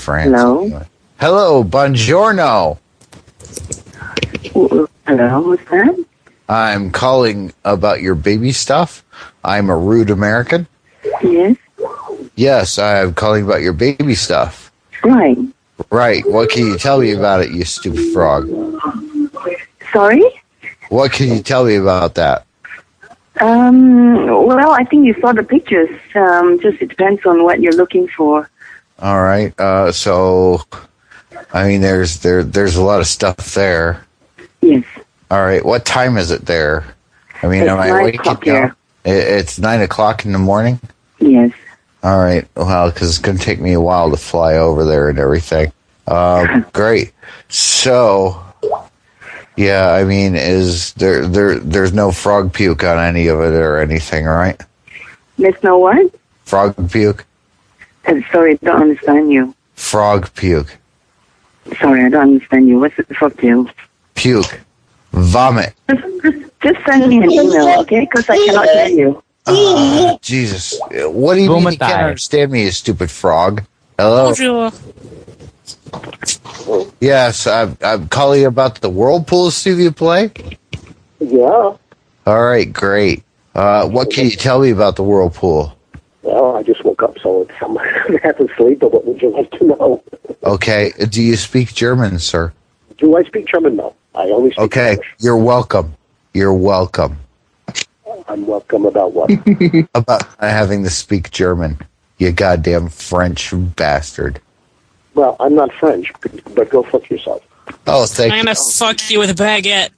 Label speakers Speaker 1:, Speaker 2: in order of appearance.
Speaker 1: France.
Speaker 2: Hello?
Speaker 1: anyway. Hello, buongiorno.
Speaker 2: Hello, who's that?
Speaker 1: I'm calling about your baby stuff. I'm a rude American.
Speaker 2: Yes,
Speaker 1: Yes, I'm calling about your baby stuff.
Speaker 2: right.
Speaker 1: Right. What can you tell me about it, you stupid frog?
Speaker 2: Sorry?
Speaker 1: What can you tell me about that?
Speaker 2: Um, well, I think you saw the pictures. Um, just it depends on what you're looking for.
Speaker 1: All right. Uh, so, I mean, there's there there's a lot of stuff there.
Speaker 2: Yes.
Speaker 1: All right. What time is it there? I mean,
Speaker 2: It's
Speaker 1: am I
Speaker 2: nine
Speaker 1: awake
Speaker 2: o'clock
Speaker 1: now?
Speaker 2: here.
Speaker 1: It, it's nine o'clock in the morning.
Speaker 2: Yes.
Speaker 1: All right. Well, because it's going to take me a while to fly over there and everything. Um, great. So, yeah, I mean, is there there there's no frog puke on any of it or anything, right?
Speaker 2: There's no what?
Speaker 1: Frog puke.
Speaker 2: Uh, sorry, I don't understand you.
Speaker 1: Frog puke.
Speaker 2: Sorry, I don't understand you. What's the fuck you?
Speaker 1: Puke. Vomit.
Speaker 2: Just, just, just send me an email, okay? Because I cannot hear you.
Speaker 1: Ah, Jesus. What do you mean you
Speaker 3: Vomitai.
Speaker 1: can't understand me, you stupid frog? Hello.
Speaker 4: Bonjour.
Speaker 1: Yes, I'm, I'm calling about the Whirlpool Studio Play.
Speaker 5: Yeah.
Speaker 1: All right, great. Uh, what can you tell me about the Whirlpool?
Speaker 5: Well, I just woke up, so it's- I'm half asleep. But what would you like to know?
Speaker 1: Okay, do you speak German, sir?
Speaker 5: Do I speak German? No, I only speak
Speaker 1: Okay,
Speaker 5: English.
Speaker 1: you're welcome. You're welcome.
Speaker 5: I'm welcome about what?
Speaker 1: About not having to speak German, you goddamn French bastard.
Speaker 5: well, I'm not French, but go fuck yourself.
Speaker 1: Oh, thank
Speaker 4: I'm
Speaker 1: you.
Speaker 4: gonna fuck you with a baguette.